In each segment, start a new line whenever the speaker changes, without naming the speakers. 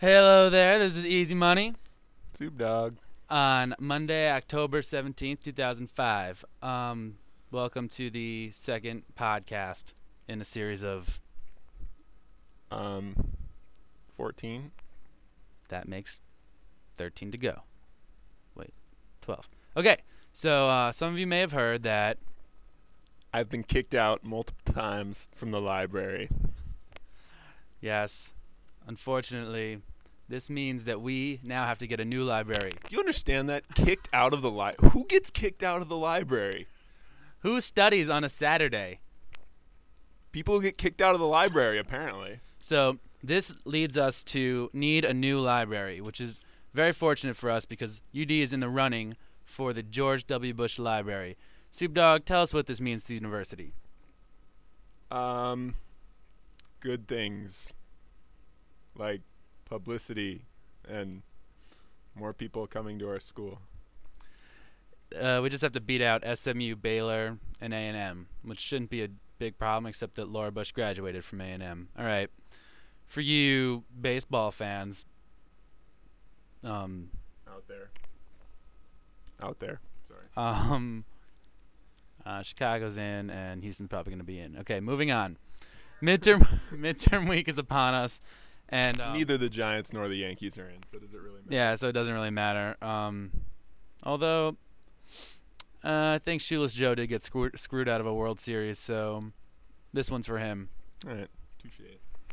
Hello there. This is Easy Money
Snoop Dogg.
on Monday, October 17th, 2005. Um, welcome to the second podcast in a series of
Um, 14.
that makes 13 to go. Wait, 12. Okay. So uh, some of you may have heard that
I've been kicked out multiple times from the library.
yes, unfortunately, this means that we now have to get a new library.
Do you understand that? Kicked out of the library. Who gets kicked out of the library?
Who studies on a Saturday?
People who get kicked out of the library, apparently.
So this leads us to need a new library, which is very fortunate for us because UD is in the running for the George W. Bush Library. Soup Dog, tell us what this means to the university.
Um, good things like publicity and more people coming to our school.
Uh, we just have to beat out SMU, Baylor, and A and M, which shouldn't be a big problem, except that Laura Bush graduated from A and M. All right, for you baseball fans, um,
Out there. Out there. Sorry.
Um, uh, Chicago's in, and Houston's probably going to be in. Okay, moving on. Midterm midterm week is upon us, and um,
Neither the Giants nor the Yankees are in, so does it really matter?
yeah, so it doesn't really matter. Um, although uh, I think Shoeless Joe did get screwed, screwed out of a World Series, so this one's for him.
All right. Touche.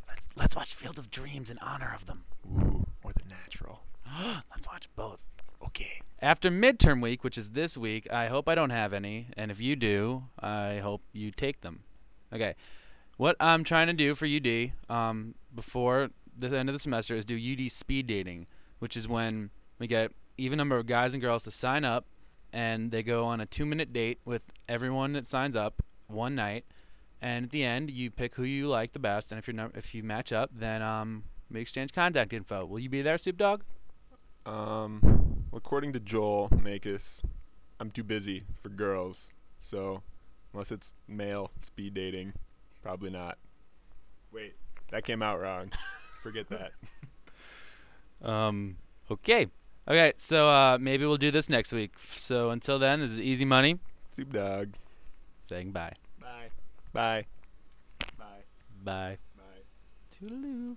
Let's, let's watch Field of Dreams in honor of them.
Ooh, or the natural.
Let's watch both.
Okay.
After midterm week, which is this week, I hope I don't have any, and if you do, I hope you take them. Okay. What I'm trying to do for UD um, before the end of the semester is do UD speed dating, which is when we get even number of guys and girls to sign up, and they go on a two minute date with everyone that signs up one night, and at the end you pick who you like the best, and if you're not, if you match up, then um, we exchange contact info. Will you be there, Soup Dog?
Um, well, according to Joel Makis, I'm too busy for girls. So, unless it's male speed dating, probably not. Wait, that came out wrong. Forget that.
Um. Okay. Okay. So uh, maybe we'll do this next week. So until then, this is Easy Money
Snoop Dogg.
saying bye.
Bye. Bye. Bye.
Bye.
Bye.
Toodaloo.